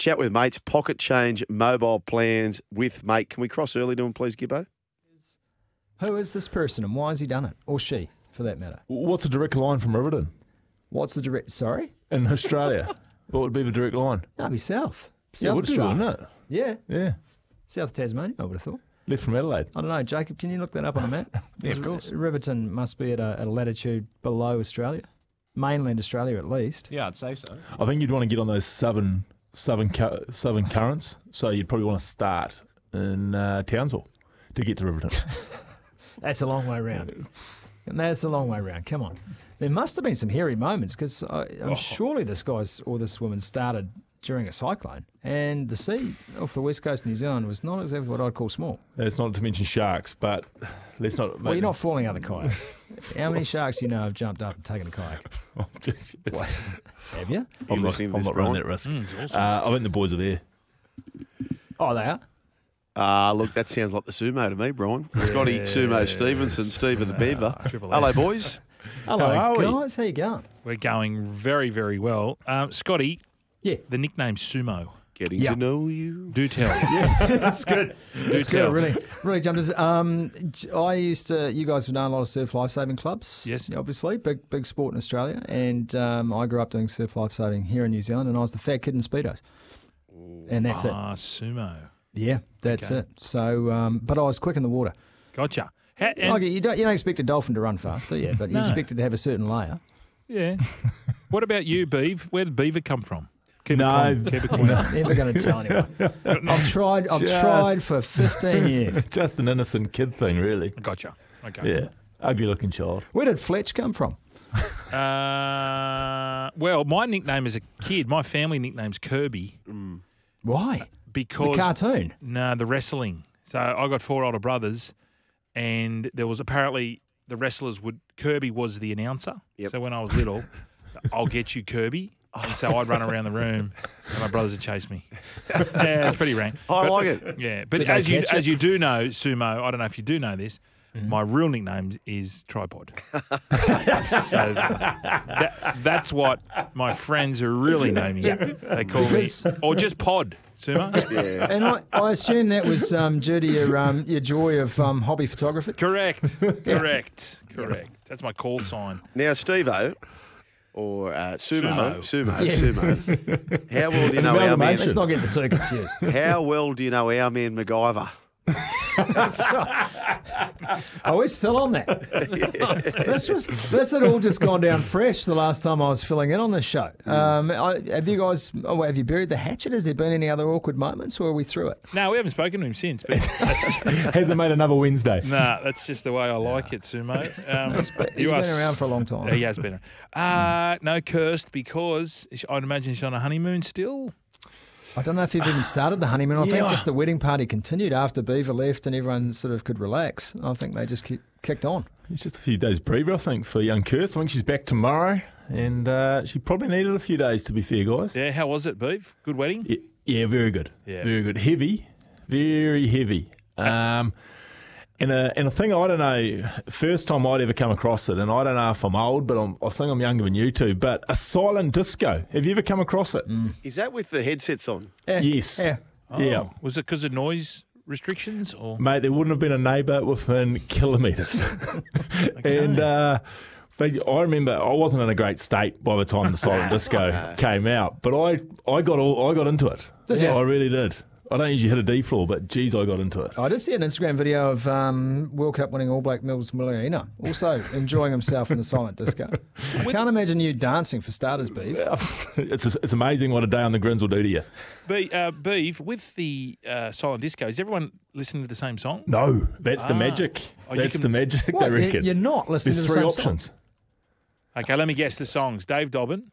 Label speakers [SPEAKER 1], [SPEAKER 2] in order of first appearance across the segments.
[SPEAKER 1] Chat with mates, pocket change, mobile plans with mate. Can we cross early to him, please, Gibbo?
[SPEAKER 2] Who is this person and why has he done it? Or she, for that matter.
[SPEAKER 3] What's a direct line from Riverton
[SPEAKER 2] What's the direct. Sorry?
[SPEAKER 3] in Australia? what would be the direct line?
[SPEAKER 2] That'd be South.
[SPEAKER 3] Yeah,
[SPEAKER 2] South
[SPEAKER 3] it would be,
[SPEAKER 2] Australia.
[SPEAKER 3] wouldn't it?
[SPEAKER 2] Yeah.
[SPEAKER 3] Yeah.
[SPEAKER 2] South Tasmania, I would have thought.
[SPEAKER 3] Left from Adelaide.
[SPEAKER 2] I don't know. Jacob, can you look that up on a map? yeah, of course. Riverton must be at a, at a latitude below Australia, mainland Australia at least.
[SPEAKER 4] Yeah, I'd say so.
[SPEAKER 3] I think you'd want to get on those southern southern cu- southern currents. So you'd probably want to start in uh, Townsville to get to Riverton.
[SPEAKER 2] That's a long way round. And that's a long way round. Come on. There must have been some hairy moments because
[SPEAKER 3] Oh.
[SPEAKER 2] I'm surely this guy's or this woman started during a cyclone. And the sea off the west coast of New Zealand was not exactly what I'd call small.
[SPEAKER 3] That's not to mention sharks, but let's not.
[SPEAKER 2] Well, you're not falling out of the kayak. How many sharks do you know have jumped up and taken a kayak?
[SPEAKER 3] It's-
[SPEAKER 2] Have you?
[SPEAKER 3] I'm not,
[SPEAKER 1] listening to
[SPEAKER 3] I'm
[SPEAKER 1] this,
[SPEAKER 3] not running
[SPEAKER 1] Brian?
[SPEAKER 3] that risk. uh, I think the boys are there.
[SPEAKER 2] Oh, they are.
[SPEAKER 1] Ah, look, that sounds like the sumo to me, Brian. Scotty Sumo Stevenson, Steve of the Beaver. Hello, boys.
[SPEAKER 2] Hello,
[SPEAKER 1] How are we?
[SPEAKER 2] guys. How you going?
[SPEAKER 4] We're going very, very well. Um, Scotty,
[SPEAKER 2] Yeah.
[SPEAKER 4] the nickname Sumo.
[SPEAKER 1] Getting
[SPEAKER 2] Yeah.
[SPEAKER 1] to know you.
[SPEAKER 4] Do tell.
[SPEAKER 2] That's good. That's good.
[SPEAKER 4] tell.
[SPEAKER 2] Really, really jumped. Into, um, j- I used to. You guys would know a lot of surf lifesaving clubs.
[SPEAKER 4] Yes.
[SPEAKER 2] obviously, big big sport in Australia. And um, I grew up doing surf lifesaving here in New Zealand, and I was the fat kid in speedos. And that's it.
[SPEAKER 4] Ah, Sumo.
[SPEAKER 2] Yeah, that's
[SPEAKER 4] okay.
[SPEAKER 2] it. So, um, but I was quick in the water.
[SPEAKER 4] Gotcha. Ha- and-
[SPEAKER 2] Like you don't you don't expect a dolphin to run fast, do you? But you
[SPEAKER 4] No.
[SPEAKER 2] expect it to have a certain layer.
[SPEAKER 4] Yeah. what about you, Beav? Where did Beaver come from? Keep
[SPEAKER 3] No.
[SPEAKER 4] it calm. Keep it
[SPEAKER 2] I'm
[SPEAKER 4] quiet.
[SPEAKER 2] never going to tell anyone. I've tried. I've
[SPEAKER 3] Just-
[SPEAKER 2] tried for 15 years.
[SPEAKER 3] Just an innocent kid thing, really.
[SPEAKER 4] Gotcha. Okay.
[SPEAKER 3] Yeah. Ugly looking child.
[SPEAKER 2] Where did Fletch come from?
[SPEAKER 4] Uh, well, my nickname as a kid, my family nickname's Kirby
[SPEAKER 2] Why?
[SPEAKER 4] because
[SPEAKER 2] the cartoon.
[SPEAKER 4] No, the wrestling. So I got four older brothers, and there was apparently the wrestlers would Kirby was the announcer.
[SPEAKER 1] Yep.
[SPEAKER 4] So when I was little, I'll get you Kirby, and so I'd run around the room, and my brothers would chase me. yeah, it's pretty rank.
[SPEAKER 1] I
[SPEAKER 4] But-
[SPEAKER 1] like it.
[SPEAKER 4] Yeah, but
[SPEAKER 2] Did they
[SPEAKER 4] as you
[SPEAKER 2] catch it?
[SPEAKER 4] as you do know, sumo. I don't know if you do know this. My real nickname is Tripod. so that, that's what my friends are really naming it. They call me,
[SPEAKER 2] Because-
[SPEAKER 4] or just Pod Sumo.
[SPEAKER 2] And I, I assume that was um, due to your um, your joy of um, hobby photography.
[SPEAKER 4] Correct. Correct. Correct. That's my call sign.
[SPEAKER 1] Now, Stevo, or uh, Sumo, Sumo,
[SPEAKER 2] Yeah.
[SPEAKER 1] Sumo. How well do you know our man?
[SPEAKER 2] Let's not get the two confused.
[SPEAKER 1] How well do you know our man MacGyver?
[SPEAKER 2] so, are we still on that? this was this had all just gone down fresh the last time I was filling in on this show. Um, I, have you guys? Oh, have you buried the hatchet? Has there been any other awkward moments, or are we through it?
[SPEAKER 4] No, we haven't spoken to him since, but that's,
[SPEAKER 3] Hasn't made another Wednesday.
[SPEAKER 4] nah, that's just the way I like it, Sumo. Um,
[SPEAKER 2] He's been around for a long time.
[SPEAKER 4] He has been. around. Uh, no, cursed because sh- I'd imagine she's on a honeymoon still.
[SPEAKER 2] I don't know if you've even started the honeymoon. I think just the wedding party continued after Beaver left and everyone sort of could relax. I think they just ki- kicked on.
[SPEAKER 3] It's just a few days breather, I think, for young Kirst. I think she's back tomorrow, and uh, she probably needed a few days, to be fair, guys.
[SPEAKER 4] Yeah, how was it, Beef? Good wedding?
[SPEAKER 3] Yeah, yeah, very good.
[SPEAKER 4] Yeah.
[SPEAKER 3] Very good. Heavy, very heavy. Um, and a, and a thing I don't know, first time I'd ever come across it, and I don't know if I'm old, but I'm, I think I'm younger than you two, but a silent disco. Have you ever come across it?
[SPEAKER 1] Is that with the headsets on?
[SPEAKER 2] Yeah,
[SPEAKER 3] Yes.
[SPEAKER 2] Yeah.
[SPEAKER 3] Yeah.
[SPEAKER 4] Oh, Was it because of noise restrictions or?
[SPEAKER 3] Mate, there wouldn't have been a neighbour within kilometres. And uh, they, I remember I wasn't in a great state by the time the silent disco came out, but I, I got all I got into it.
[SPEAKER 2] Did you?
[SPEAKER 3] I really did. I don't usually hit a D floor, but geez, I got into it.
[SPEAKER 2] I did see an Instagram video of um, World Cup winning All Black Mills Molina also enjoying himself in the silent disco. I can't imagine you dancing for starters, Beef.
[SPEAKER 3] it's it's amazing what a day on the grins will do to you.
[SPEAKER 4] Be, uh, Beef, with the uh, silent disco, is everyone listening to the same song?
[SPEAKER 3] No, that's
[SPEAKER 2] Ah.
[SPEAKER 3] the magic.
[SPEAKER 4] Oh, you
[SPEAKER 3] that's
[SPEAKER 4] can-
[SPEAKER 3] the magic.
[SPEAKER 2] What,
[SPEAKER 3] I
[SPEAKER 2] you-
[SPEAKER 3] reckon.
[SPEAKER 2] you're not listening
[SPEAKER 3] There's
[SPEAKER 2] to the
[SPEAKER 3] three
[SPEAKER 2] same
[SPEAKER 3] options.
[SPEAKER 2] Song?
[SPEAKER 4] Okay, let me guess the songs. Dave Dobbin,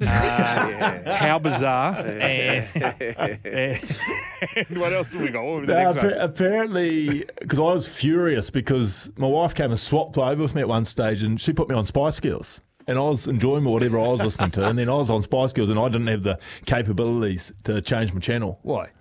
[SPEAKER 4] Uh, How bizarre. And, and what else have we got? What was the next
[SPEAKER 3] Uh,
[SPEAKER 4] one?
[SPEAKER 3] appa- apparently, because I was furious because my wife came and swapped over with me at one stage, and she put me on Spice Girls, and I was enjoying whatever I was listening to, and then I was on Spice Girls, and I didn't have the capabilities to change my channel.
[SPEAKER 2] Why?
[SPEAKER 1] Hey,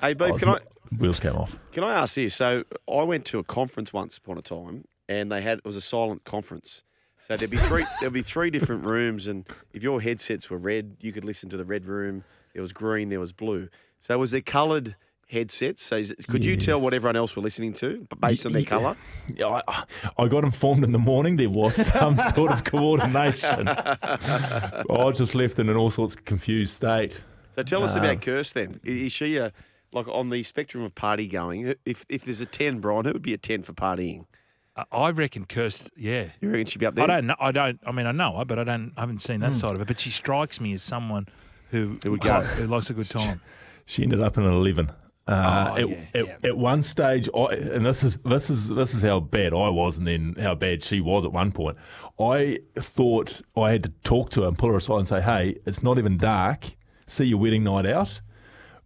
[SPEAKER 3] I
[SPEAKER 1] Beef,
[SPEAKER 3] was
[SPEAKER 1] can I,
[SPEAKER 3] Oh, not- Wheels came off.
[SPEAKER 1] Can I ask this? So I went to a conference once upon a time, and they had it was a silent conference. So there'd be three there'd be three different rooms, and if your headsets were red, you could listen to the red room. There was green, there was blue. So was there coloured headsets? So is, could you tell what everyone else were listening to b- based on their colour?
[SPEAKER 3] Yeah, I, I got informed in the morning there was some sort of coordination. I just left in an all sorts of confused state.
[SPEAKER 1] So tell us
[SPEAKER 4] uh,
[SPEAKER 1] about Kirst then. I- Is she a like on the spectrum of party going? If if there's a ten, Brian, it would be a ten for partying.
[SPEAKER 4] Uh, I reckon Kirst, yeah.
[SPEAKER 1] You reckon she'd be up there?
[SPEAKER 4] I don't know. I don't. I mean, I know her, but I don't. I haven't seen that
[SPEAKER 3] Hmm.
[SPEAKER 4] side of it. But she strikes me as someone who
[SPEAKER 1] Who would go.
[SPEAKER 4] who likes a good time.
[SPEAKER 3] She ended up in an eleven. Uh,
[SPEAKER 4] Oh,
[SPEAKER 3] at,
[SPEAKER 4] yeah,
[SPEAKER 3] at, at one stage, I, and this is this is this is how bad I was, and then how bad she was at one point. I thought I had to talk to her and pull her aside and say, "Hey, it's not even dark. See your wedding night out."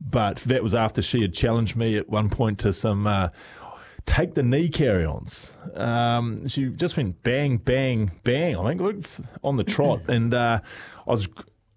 [SPEAKER 3] But that was after she had challenged me at one point to some uh, take the knee carry-ons. Um, she just went bang, bang, bang. I think it was on the trot, and uh, I was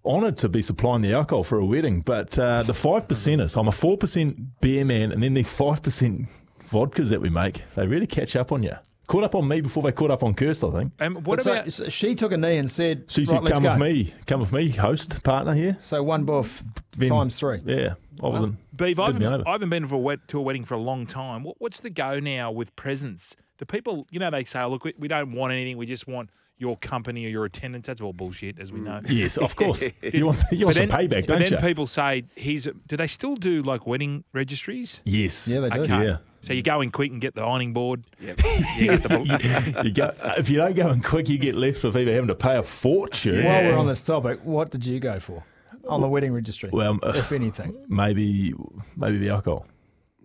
[SPEAKER 3] honoured to be supplying the alcohol for a wedding. But uh, the five percenters, I'm a four percent beer man, and then these five percent vodkas that we make, they really catch up on you. Caught up on me before they caught up on Kirst, I think.
[SPEAKER 4] And what
[SPEAKER 2] so,
[SPEAKER 4] about?
[SPEAKER 2] so she took a knee and said,
[SPEAKER 3] She
[SPEAKER 2] right,
[SPEAKER 3] said,
[SPEAKER 2] let's
[SPEAKER 3] "Come
[SPEAKER 2] go.
[SPEAKER 3] with me, come with me, host partner here."
[SPEAKER 2] So one boof
[SPEAKER 3] Then-
[SPEAKER 2] times three.
[SPEAKER 3] Yeah, I wasn't.
[SPEAKER 4] Beav,
[SPEAKER 3] Didn't
[SPEAKER 4] I haven't,
[SPEAKER 3] know.
[SPEAKER 4] I haven't been for a wed- to a wedding for a long time. What, what's the go now with presents? Do people, you know, they say, oh, look, we, we don't want anything. We just want your company or your attendance. That's all bullshit, as we know.
[SPEAKER 3] Yes, of course. you want, you want
[SPEAKER 4] But then,
[SPEAKER 3] Mm. some payback,
[SPEAKER 4] but
[SPEAKER 3] don't
[SPEAKER 4] then
[SPEAKER 3] you?
[SPEAKER 4] people say, he's, do they still do like wedding registries?
[SPEAKER 3] yes.
[SPEAKER 2] Yeah, they do.
[SPEAKER 4] Okay.
[SPEAKER 3] Oh, Yeah.
[SPEAKER 4] So you go in quick and get the ironing board.
[SPEAKER 1] Yep.
[SPEAKER 4] You get the ball-
[SPEAKER 3] you go, if you don't go in quick, you get left with either having to pay a fortune.
[SPEAKER 2] While we're on this topic, what did you go for on the wedding registry,
[SPEAKER 3] Well, uh,
[SPEAKER 2] if anything?
[SPEAKER 3] maybe maybe the alcohol.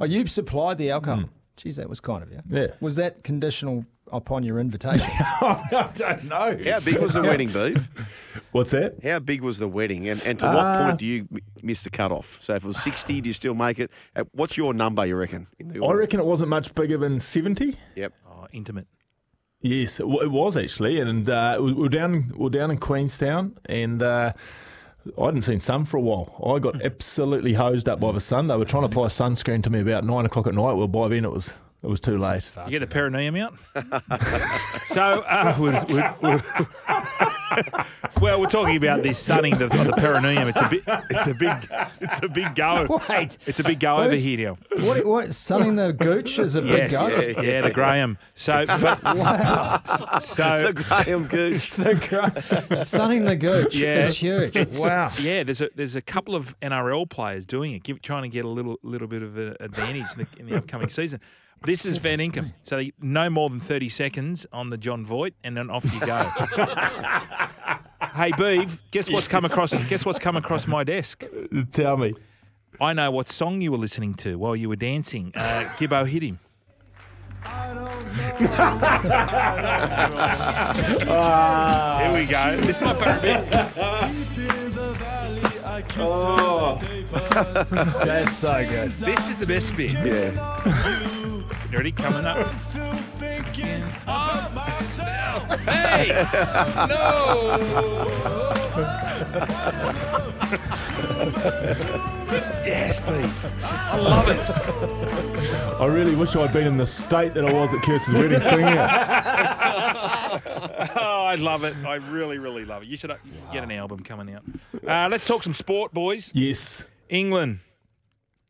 [SPEAKER 2] Oh, you supplied the alcohol. Geez, that was kind of you.
[SPEAKER 3] Yeah.
[SPEAKER 2] Was that conditional upon your invitation?
[SPEAKER 3] Oh, I don't know.
[SPEAKER 1] How big was the wedding, Beef?
[SPEAKER 3] What's that?
[SPEAKER 1] How big was the wedding, and, and to
[SPEAKER 3] Uh,
[SPEAKER 1] what point do you m- miss the cutoff? So if it was sixty, do you still make it? Uh, What's your number? You reckon? In the
[SPEAKER 3] I
[SPEAKER 1] order?
[SPEAKER 3] reckon it wasn't much bigger than 70.
[SPEAKER 1] Yep.
[SPEAKER 4] oh, intimate.
[SPEAKER 3] Yes, it, w- it was actually. And uh, we we were down, we were down in Queenstown and. Uh, I hadn't seen sun for a while. I got absolutely hosed up by the sun. They were trying to apply sunscreen to me about nine o'clock at night. Well, by then it was it was too late.
[SPEAKER 4] You get the perineum out. so, uh, we're, we're, we're, well, we're talking about this sunning the, of the perineum. It's a bit, it's a big, it's a big go.
[SPEAKER 2] Wait.
[SPEAKER 4] It's a big go over
[SPEAKER 2] Those-
[SPEAKER 4] here now.
[SPEAKER 2] What, what, sunning the gooch is a big
[SPEAKER 4] Yes,
[SPEAKER 2] go?
[SPEAKER 4] yeah, the Graham. So, but, so
[SPEAKER 1] Graham Gooch.
[SPEAKER 2] The gro- sunning the gooch
[SPEAKER 4] Yeah.
[SPEAKER 2] is huge.
[SPEAKER 3] Ah.
[SPEAKER 2] wow.
[SPEAKER 4] yeah, there's a there's a couple of NRL players doing it, give, trying to get a little little bit of an advantage in the, in the upcoming season. This is Van Inkham, so they, no more than thirty seconds on the John Voight, and then off you go. hey, Beeve, guess what's come across? Guess what's come across my desk?
[SPEAKER 3] Tell me.
[SPEAKER 4] I know what song you were listening to while you were dancing. Uh, Gibbo hit him. Ah. Here we go. This is my favourite bit.
[SPEAKER 2] That's so good.
[SPEAKER 4] This is the best bit.
[SPEAKER 1] Yeah.
[SPEAKER 4] Ready? Coming up. Hey! No! yes, please. I love it.
[SPEAKER 3] I really wish I'd been in the state that I was at Kirst's wedding singing it.
[SPEAKER 4] Oh, I love it. I really, really love it. You should uh, get an album coming out. Uh, let's talk some sport, boys.
[SPEAKER 3] Yes.
[SPEAKER 4] England.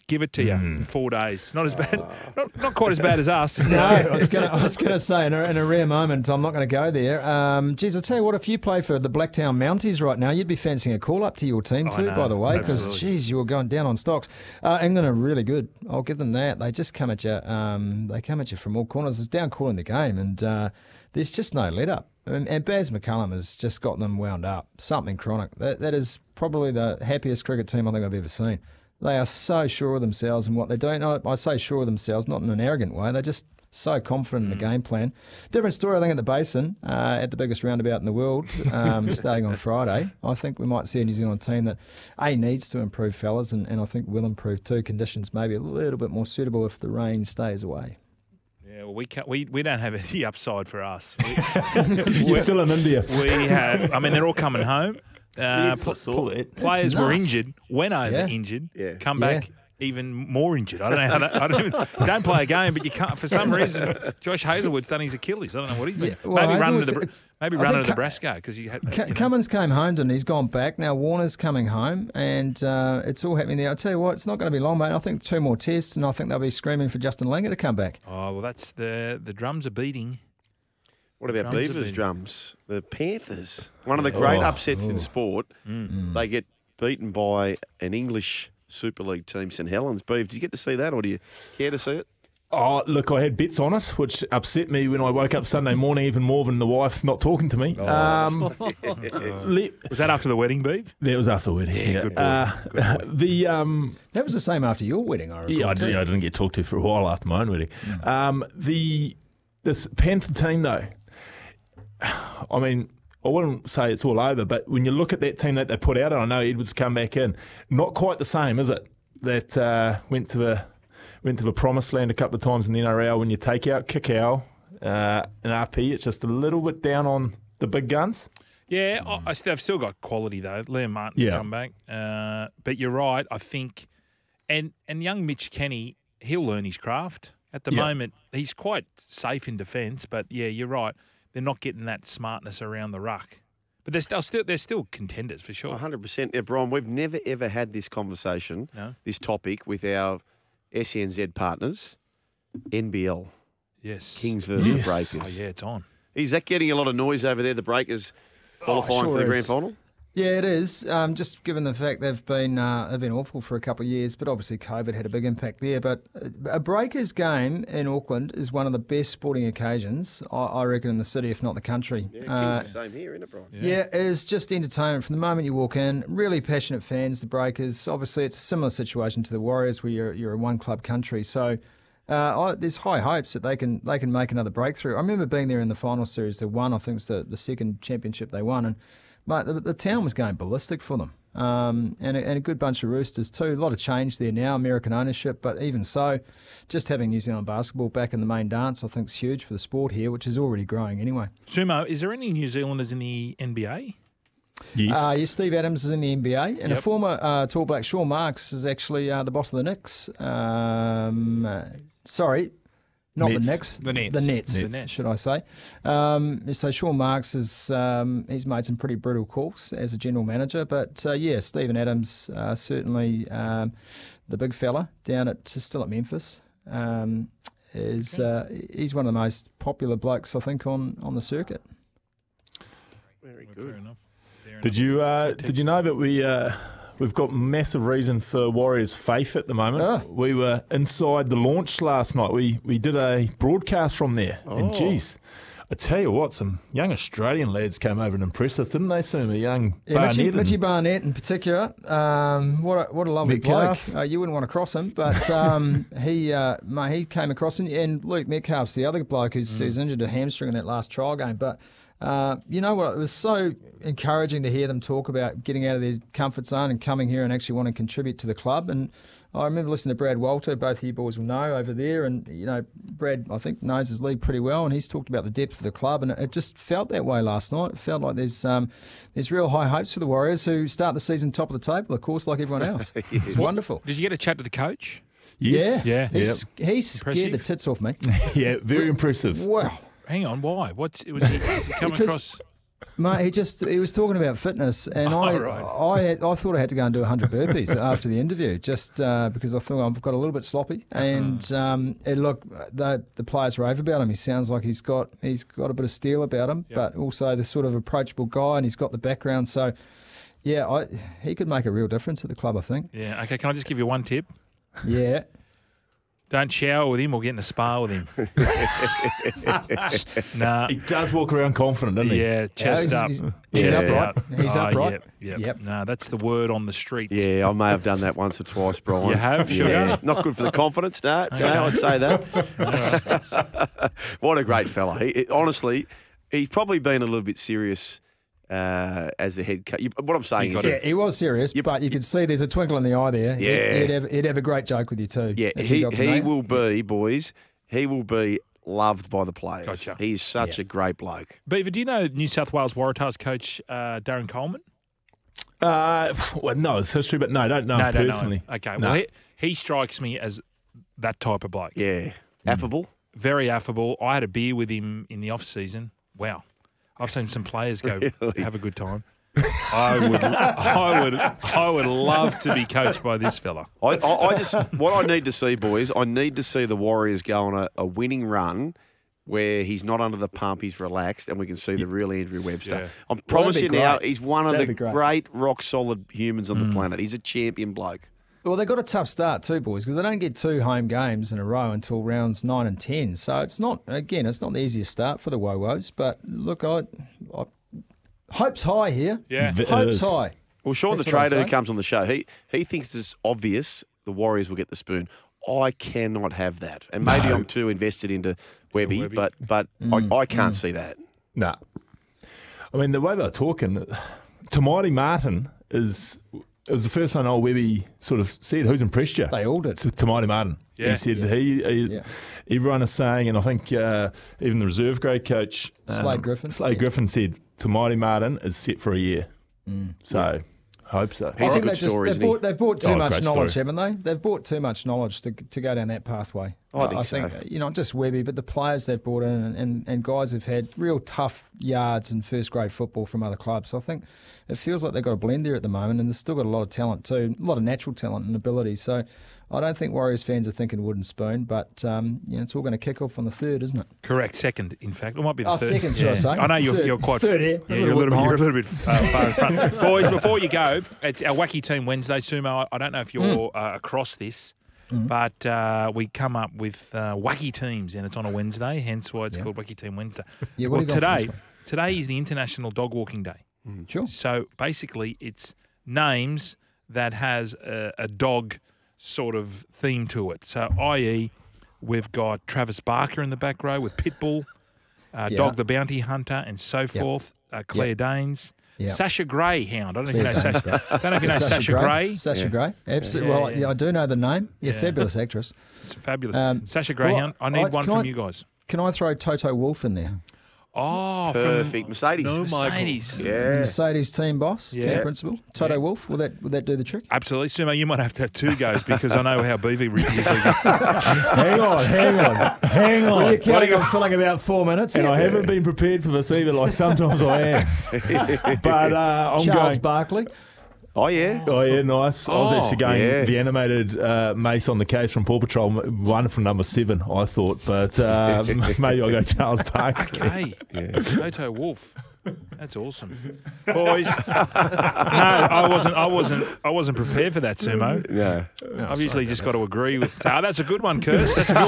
[SPEAKER 4] Give it to you in four days. Not as bad, not, not quite as bad as us.
[SPEAKER 2] No, I was gonna, I was gonna say in a, in a rare moment, I'm not gonna go there. Um, geez, I tell you what, if you play for the Blacktown Mounties right now, you'd be fancying a call up to your team too,
[SPEAKER 4] know,
[SPEAKER 2] by the way, because
[SPEAKER 4] absolutely.
[SPEAKER 2] geez, you were going down on stocks. Uh, England are really good. I'll give them that. They just come at you. Um, they come at you from all corners. It's down calling the game, and uh, there's just no let up. And, and Baz McCullum has just got them wound up. Something chronic. That that is probably the happiest cricket team I think I've ever seen. They are so sure of themselves and what they do. I, I say sure of themselves, not in an arrogant way. They're just so confident in the game plan. Different story, I think, at the Basin, uh, at the biggest roundabout in the world, um, starting on Friday. I think we might see a New Zealand team that, A, needs to improve, fellas, and, and I think will improve too. Conditions maybe a little bit more suitable if the rain stays away.
[SPEAKER 4] Yeah, well, we can't, we we don't have any upside for us.
[SPEAKER 3] You're still in India.
[SPEAKER 4] We, we have. I mean, they're all coming home. Uh,
[SPEAKER 5] Yes, I saw that.
[SPEAKER 4] players were
[SPEAKER 2] nuts.
[SPEAKER 4] injured, went over
[SPEAKER 2] Yeah.
[SPEAKER 4] injured,
[SPEAKER 1] Yeah.
[SPEAKER 4] come
[SPEAKER 2] Yeah.
[SPEAKER 4] back even more injured. I don't know how that, I don't, even, don't play a game, but you can't for some reason. Josh Hazelwood's done his Achilles. I don't know what he's been.
[SPEAKER 2] Yeah, well,
[SPEAKER 4] maybe running to the
[SPEAKER 2] Hazelwood's-
[SPEAKER 4] maybe
[SPEAKER 2] I
[SPEAKER 4] running
[SPEAKER 2] think
[SPEAKER 4] to the
[SPEAKER 2] Cu-
[SPEAKER 4] Brasco because he had.
[SPEAKER 2] C-
[SPEAKER 4] you know.
[SPEAKER 2] Cummins came home and he's gone back. Now Warner's coming home, and uh, it's all happening there. I tell you what, it's not going to be long, mate. I think two more tests, and I think they'll be screaming for Justin Langer to come back.
[SPEAKER 4] Oh well, that's the the drums are beating.
[SPEAKER 1] What about
[SPEAKER 4] Drums have
[SPEAKER 1] Beavers
[SPEAKER 4] been-
[SPEAKER 1] drums? The Panthers. One of the great
[SPEAKER 3] Oh, Mm.
[SPEAKER 1] upsets in sport. They get beaten by an English Super League team, St Helens. Beav, did you get to see that or do you care to see it?
[SPEAKER 3] Oh, look, I had bets on it, which upset me when I woke up Sunday morning even more than the wife not talking to me. Um, le-
[SPEAKER 4] Was that after the wedding, Beeve?
[SPEAKER 3] that was afterward. Yeah, Uh, the um,
[SPEAKER 2] That was the same after your wedding, I recall.
[SPEAKER 3] yeah, I,
[SPEAKER 2] too.
[SPEAKER 3] did, I didn't get talked to for a while after my own wedding. Um, the this Panther team though, I mean, I wouldn't say it's all over, but when you look at that team that they put out, and I know Edwards come back in, not quite the same, is it? That uh, went to the went to the promised land a couple of times in the NRL. When you take out Kickow uh, and RP, it's just a little bit down on the big guns.
[SPEAKER 4] Yeah, I, I still, have still got quality though. Liam Martin
[SPEAKER 3] Yeah.
[SPEAKER 4] come back, uh, but you're right. I think, and and young Mitch Kenny, he'll learn his craft. At the
[SPEAKER 3] Yeah.
[SPEAKER 4] moment, he's quite safe in defence. But yeah, you're right. They're not getting that smartness around the ruck, but they're still still they're still contenders for
[SPEAKER 1] Uh-huh.
[SPEAKER 4] sure.
[SPEAKER 1] 100%. Yeah, Brian, we've never ever had this conversation,
[SPEAKER 4] No.
[SPEAKER 1] this topic with our SENZ partners, NBL,
[SPEAKER 4] Yes,
[SPEAKER 1] Kings versus
[SPEAKER 3] Yes.
[SPEAKER 4] Oh
[SPEAKER 1] Breakers.
[SPEAKER 4] yeah, it's on.
[SPEAKER 1] Is that getting a lot of noise over there, the Breakers qualifying
[SPEAKER 2] sure
[SPEAKER 1] for the grand
[SPEAKER 2] is.
[SPEAKER 1] final?
[SPEAKER 2] Yeah, it is. Um, just given the fact they've been uh, they've been awful for a couple of years, but obviously COVID had a big impact there. But a Breakers game in Auckland is one of the best sporting occasions I, I reckon in the city, if not the country. Uh,
[SPEAKER 1] Kings the same here, isn't it, Brian?
[SPEAKER 2] Yeah. it is just entertainment from the moment you walk in. Really passionate fans, the Breakers. Obviously, it's a similar situation to the Warriors, where you're you're a one club country. So. Uh, I, there's high hopes that they can they can make another breakthrough. I remember being there in the final series they won. I think it's the, the second championship they won, and mate, the, the town was going ballistic for them. Um, and, a, and a good bunch of roosters too. A lot of change there now, American ownership, but even so, just having New Zealand basketball back in the main dance, I think, is huge for the sport here, which is already growing anyway.
[SPEAKER 4] Sumo, is there any New Zealanders in the NBA?
[SPEAKER 3] Yes.
[SPEAKER 2] Uh, yes, Steve Adams is in the NBA, and a
[SPEAKER 4] Yep.
[SPEAKER 2] former uh, Tall Black Shawn Marks is actually uh, the boss of the Knicks. Um, uh, sorry, not
[SPEAKER 3] Nets.
[SPEAKER 2] the Knicks,
[SPEAKER 5] The Nets.
[SPEAKER 2] the Nets,
[SPEAKER 4] Nets.
[SPEAKER 2] should I say? Um, so Shawn Marks is um, he's made some pretty brutal calls as a general manager, but uh, yeah, Stephen Adams uh, certainly um, the big fella down at still at Memphis. Um, is uh, he's one of the most popular blokes I think on on the circuit.
[SPEAKER 1] Very
[SPEAKER 4] Fair
[SPEAKER 1] good.
[SPEAKER 4] enough. Fair
[SPEAKER 3] Did you uh, did you know that we uh, we've got massive reason for Warriors faith at the moment?
[SPEAKER 2] Ah.
[SPEAKER 3] We were inside the launch last night. We we did a broadcast from there, and geez. I tell you what, some young Australian lads came over and impressed us, didn't they? Some a young
[SPEAKER 2] Yeah, Mitchie,
[SPEAKER 3] Barnett and-
[SPEAKER 2] Mitchie Barnett in particular. Um, what a, what a lovely
[SPEAKER 3] Metcalf.
[SPEAKER 2] bloke. Uh, you wouldn't want to cross him, but um, he uh, mate, he came across and, and Luke Metcalf's the other bloke who's, who's injured a hamstring in that last trial game. But uh, you know what? It was so encouraging to hear them talk about getting out of their comfort zone and coming here and actually want to contribute to the club. And I remember listening to Brad Walter. Both of you boys will know over there, and you know Brad, I think knows his league pretty well, and he's talked about the depth of the club, and it- it just felt that way last night. It felt like there's um, there's real high hopes for the Warriors, who start the season top of the table, of course, like everyone else. Wonderful.
[SPEAKER 4] Did you get a chat to the coach?
[SPEAKER 3] Yes.
[SPEAKER 2] Yeah,
[SPEAKER 4] Yeah.
[SPEAKER 2] He's, he scared the
[SPEAKER 4] Impressive.
[SPEAKER 2] tits off me.
[SPEAKER 3] yeah, very impressive.
[SPEAKER 2] wow.
[SPEAKER 4] Hang on, why? What's it was he, was he coming
[SPEAKER 2] Because-
[SPEAKER 4] across?
[SPEAKER 2] Mate, he just he was talking about fitness, and I, I had- I thought I had to go and do 100 burpees after the interview, just uh, because I thought I've got a little bit sloppy.
[SPEAKER 4] Uh-huh.
[SPEAKER 2] And um, and look, the the players rave about him. He sounds like he's got he's got a bit of steel about him, but also the sort of approachable guy, and he's got the background. So, yeah, I, he could make a real difference at the club, I think.
[SPEAKER 4] Yeah. Okay. Can I just give you one tip?
[SPEAKER 2] Yeah,
[SPEAKER 4] Don't shower with him or get in a spa with him. nah.
[SPEAKER 3] He does walk around confident, doesn't he?
[SPEAKER 4] Yeah, chest
[SPEAKER 2] he's-
[SPEAKER 4] up.
[SPEAKER 2] he's- he's
[SPEAKER 4] Chest
[SPEAKER 2] upright.
[SPEAKER 4] out.
[SPEAKER 2] He's
[SPEAKER 4] Oh,
[SPEAKER 2] upright.
[SPEAKER 4] Yep, yep.
[SPEAKER 2] Yep.
[SPEAKER 4] No, that's the word on the street.
[SPEAKER 1] Yeah, I may have done that once or twice, Brian.
[SPEAKER 4] You have, sugar?
[SPEAKER 1] Not good for the confidence, no. no I'd say that. what a great fella. He, he- honestly, he's probably been a little bit serious uh, as the head coach. You- What I'm saying is,
[SPEAKER 2] Yeah, he was serious, but you could see there's a twinkle in the eye there. He'd-
[SPEAKER 1] Yeah.
[SPEAKER 2] he'd, have, he'd have a great joke with you too.
[SPEAKER 1] yeah,
[SPEAKER 2] if you
[SPEAKER 1] he,
[SPEAKER 2] got to know
[SPEAKER 1] he
[SPEAKER 2] him.
[SPEAKER 1] will be, boys, he will be loved by the players.
[SPEAKER 4] Gotcha.
[SPEAKER 1] He is such a great bloke.
[SPEAKER 4] Beaver, do you know New South Wales Waratahs coach uh, Darren Coleman?
[SPEAKER 3] Uh, well, no, it's history, but no, I don't know him
[SPEAKER 4] don't know him.
[SPEAKER 3] personally.
[SPEAKER 4] Okay,
[SPEAKER 3] No.
[SPEAKER 4] well, he, he strikes me as that type of bloke.
[SPEAKER 1] Yeah. Affable.
[SPEAKER 4] Very affable. I had a beer with him in the off season. Wow, I've seen some players go have a good time. I would, I would, I would love to be coached by this fella.
[SPEAKER 1] I, I, I just what I need to see, boys. I need to see the Warriors go on a, a winning run where he's not under the pump, he's relaxed, and we can see the real Andrew Webster.
[SPEAKER 4] Yeah.
[SPEAKER 1] I promise
[SPEAKER 2] that'd
[SPEAKER 1] you
[SPEAKER 2] be
[SPEAKER 1] now,
[SPEAKER 2] great.
[SPEAKER 1] he's one of
[SPEAKER 2] That'd
[SPEAKER 1] the
[SPEAKER 2] be great.
[SPEAKER 1] great. rock solid humans on
[SPEAKER 2] Mm.
[SPEAKER 1] the planet. He's a champion bloke.
[SPEAKER 2] Well, they got a tough start too, boys, because they don't get two home games in a row until rounds nine and ten. So it's not, again, it's not the easiest start for the Wowos. But look, I, I hope's high here.
[SPEAKER 4] Yeah.
[SPEAKER 3] It
[SPEAKER 2] hope's
[SPEAKER 3] is.
[SPEAKER 2] high.
[SPEAKER 1] Well, Sean,
[SPEAKER 2] That's
[SPEAKER 1] the
[SPEAKER 2] what I
[SPEAKER 1] trader who
[SPEAKER 2] say.
[SPEAKER 1] comes on the show, he he thinks it's obvious the Warriors will get the spoon. I cannot have that, and maybe I'm too invested into Webby,
[SPEAKER 4] Webby.
[SPEAKER 1] but but
[SPEAKER 2] Mm.
[SPEAKER 1] I, I can't see that.
[SPEAKER 3] No. I mean, the way they're talking, Tamati Martin is. It was the first one old Webby sort of said, Who's impressed you?
[SPEAKER 2] They all did.
[SPEAKER 3] To Tamati Martin.
[SPEAKER 4] Yeah.
[SPEAKER 3] He said, he, he-
[SPEAKER 2] Yeah.
[SPEAKER 3] Everyone is saying, and I think uh, even the reserve grade coach. um,
[SPEAKER 2] Slade Griffin.
[SPEAKER 3] Slade
[SPEAKER 2] Yeah.
[SPEAKER 3] Griffin said, Tamati Martin is set for a year.
[SPEAKER 2] Mm.
[SPEAKER 3] So, hope so.
[SPEAKER 1] He's
[SPEAKER 2] I
[SPEAKER 1] a
[SPEAKER 2] think
[SPEAKER 1] good
[SPEAKER 2] they've just-
[SPEAKER 1] story,
[SPEAKER 2] they've
[SPEAKER 1] isn't he?
[SPEAKER 2] bought, they've bought too
[SPEAKER 3] Oh,
[SPEAKER 2] much
[SPEAKER 3] great
[SPEAKER 2] knowledge,
[SPEAKER 3] story.
[SPEAKER 2] haven't they? They've bought too much knowledge to, to go down that pathway.
[SPEAKER 1] I think so.
[SPEAKER 2] you know, not just Webby, but the players they've brought in and, and, and guys have had real tough yards in first grade football from other clubs. I think it feels like they've got a blend there at the moment, and they've still got a lot of talent too, a lot of natural talent and ability. So I don't think Warriors fans are thinking wooden spoon, but um, you know, it's all going to kick off on the third, isn't it?
[SPEAKER 4] Correct, second. In fact, it might be the
[SPEAKER 2] Oh,
[SPEAKER 4] third.
[SPEAKER 2] second, should I say?
[SPEAKER 4] I know you're,
[SPEAKER 2] Third-
[SPEAKER 4] you're quite
[SPEAKER 2] third here,
[SPEAKER 4] Yeah,
[SPEAKER 2] a
[SPEAKER 4] you're a
[SPEAKER 2] little
[SPEAKER 4] little,
[SPEAKER 2] bit
[SPEAKER 4] you're a little bit uh, far in front, boys. Before you go, it's our wacky team Wednesday. Sumo, I I don't know if
[SPEAKER 2] Mm.
[SPEAKER 4] you're uh, across this, but uh, we come up with uh, wacky teams, and it's on a Wednesday, hence why it's called Wacky Team Wednesday.
[SPEAKER 2] Yeah, what
[SPEAKER 4] well,
[SPEAKER 2] have you got for this
[SPEAKER 4] today,
[SPEAKER 2] one?
[SPEAKER 4] today is the International Dog Walking Day.
[SPEAKER 2] Sure.
[SPEAKER 4] So basically, it's names that has a, a dog sort of theme to it. So, i.e., we've got Travis Barker in the back row with Pitbull, uh,
[SPEAKER 2] Yeah.
[SPEAKER 4] Dog the Bounty Hunter, and so forth. Uh, Claire Danes,
[SPEAKER 2] Yeah.
[SPEAKER 4] Sasha Greyhound. I don't know if you know
[SPEAKER 2] Claire
[SPEAKER 4] Sasha. I don't know if you know Sasha, Grey.
[SPEAKER 2] Sasha Gray. Absolutely.
[SPEAKER 4] Yeah,
[SPEAKER 2] well,
[SPEAKER 4] yeah.
[SPEAKER 2] yeah. I do know the name. Yeah,
[SPEAKER 4] Yeah.
[SPEAKER 2] fabulous actress.
[SPEAKER 4] It's fabulous.
[SPEAKER 2] Um,
[SPEAKER 4] Sasha Greyhound.
[SPEAKER 2] well,
[SPEAKER 4] I need
[SPEAKER 2] I-
[SPEAKER 4] one
[SPEAKER 2] can
[SPEAKER 4] from
[SPEAKER 2] I-
[SPEAKER 4] you guys.
[SPEAKER 2] Can I throw Toto Wolf in there?
[SPEAKER 4] Oh,
[SPEAKER 1] Perfect, Mercedes.
[SPEAKER 4] from
[SPEAKER 1] Michael.
[SPEAKER 4] Mercedes.
[SPEAKER 2] The
[SPEAKER 1] Yeah.
[SPEAKER 2] Mercedes team boss,
[SPEAKER 4] Yeah.
[SPEAKER 2] team principal, Toto Wolf. Will that will that do the trick?
[SPEAKER 4] Absolutely, Sumo. You might have to have two goes because I know how BV is.
[SPEAKER 3] hang on, hang on, hang on.
[SPEAKER 2] Well, you're counting on filling about four minutes.
[SPEAKER 3] And I haven't been prepared for this either, like sometimes I am. but uh, I'm
[SPEAKER 2] Charles
[SPEAKER 3] going.
[SPEAKER 2] Barkley.
[SPEAKER 1] Oh yeah.
[SPEAKER 3] Oh yeah, nice. I was
[SPEAKER 4] Oh,
[SPEAKER 3] actually going
[SPEAKER 1] yeah.
[SPEAKER 3] the animated uh, Mace on the Case from Paw Patrol, m- wonderful number seven, I thought. But uh, maybe I'll go Charles Barkley.
[SPEAKER 4] Okay. Toto Wolf. That's awesome. Boys. no, I wasn't I wasn't I wasn't prepared for that, Sumo.
[SPEAKER 1] Yeah.
[SPEAKER 4] Obviously just got to agree with Ah, that's a good one, Curse. That's a good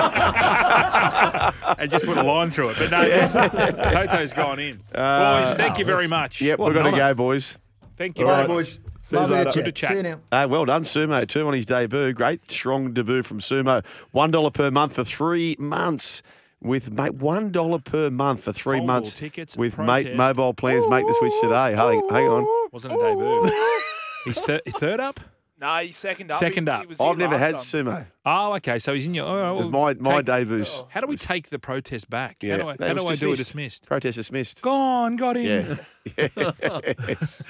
[SPEAKER 4] one. mate. and just put a line through it. But no, yes, Toto's gone in. Boys, thank you very much.
[SPEAKER 1] Uh, Yep, we've got to go, boys.
[SPEAKER 4] Thank you very much.
[SPEAKER 3] See you
[SPEAKER 2] Lovely
[SPEAKER 3] later.
[SPEAKER 4] Good to chat.
[SPEAKER 2] See you now.
[SPEAKER 1] Uh, well done, Sumo, too, on his debut. Great, strong debut from Sumo. $1 per month for three months with mate. $1 per month for three
[SPEAKER 4] Hold
[SPEAKER 1] months
[SPEAKER 4] tickets,
[SPEAKER 1] with
[SPEAKER 4] protest.
[SPEAKER 1] mate mobile plans. Make the switch today. Hang, hang on.
[SPEAKER 4] Wasn't a debut. He's thir- third up?
[SPEAKER 5] No, he's second up.
[SPEAKER 4] Second
[SPEAKER 5] He-
[SPEAKER 4] up.
[SPEAKER 5] he was
[SPEAKER 1] I've
[SPEAKER 5] in
[SPEAKER 1] never
[SPEAKER 5] last
[SPEAKER 1] had
[SPEAKER 5] time.
[SPEAKER 1] Sumo.
[SPEAKER 4] Oh, okay. So he's in your. All right, well,
[SPEAKER 1] My, my
[SPEAKER 4] take- Oh,
[SPEAKER 1] debuts.
[SPEAKER 4] How do we take the protest back?
[SPEAKER 1] Yeah,
[SPEAKER 4] how do I,
[SPEAKER 1] that
[SPEAKER 4] how
[SPEAKER 1] was
[SPEAKER 4] do, I do it dismissed?
[SPEAKER 1] Protest dismissed.
[SPEAKER 4] Gone, got him.
[SPEAKER 1] Yeah. yes.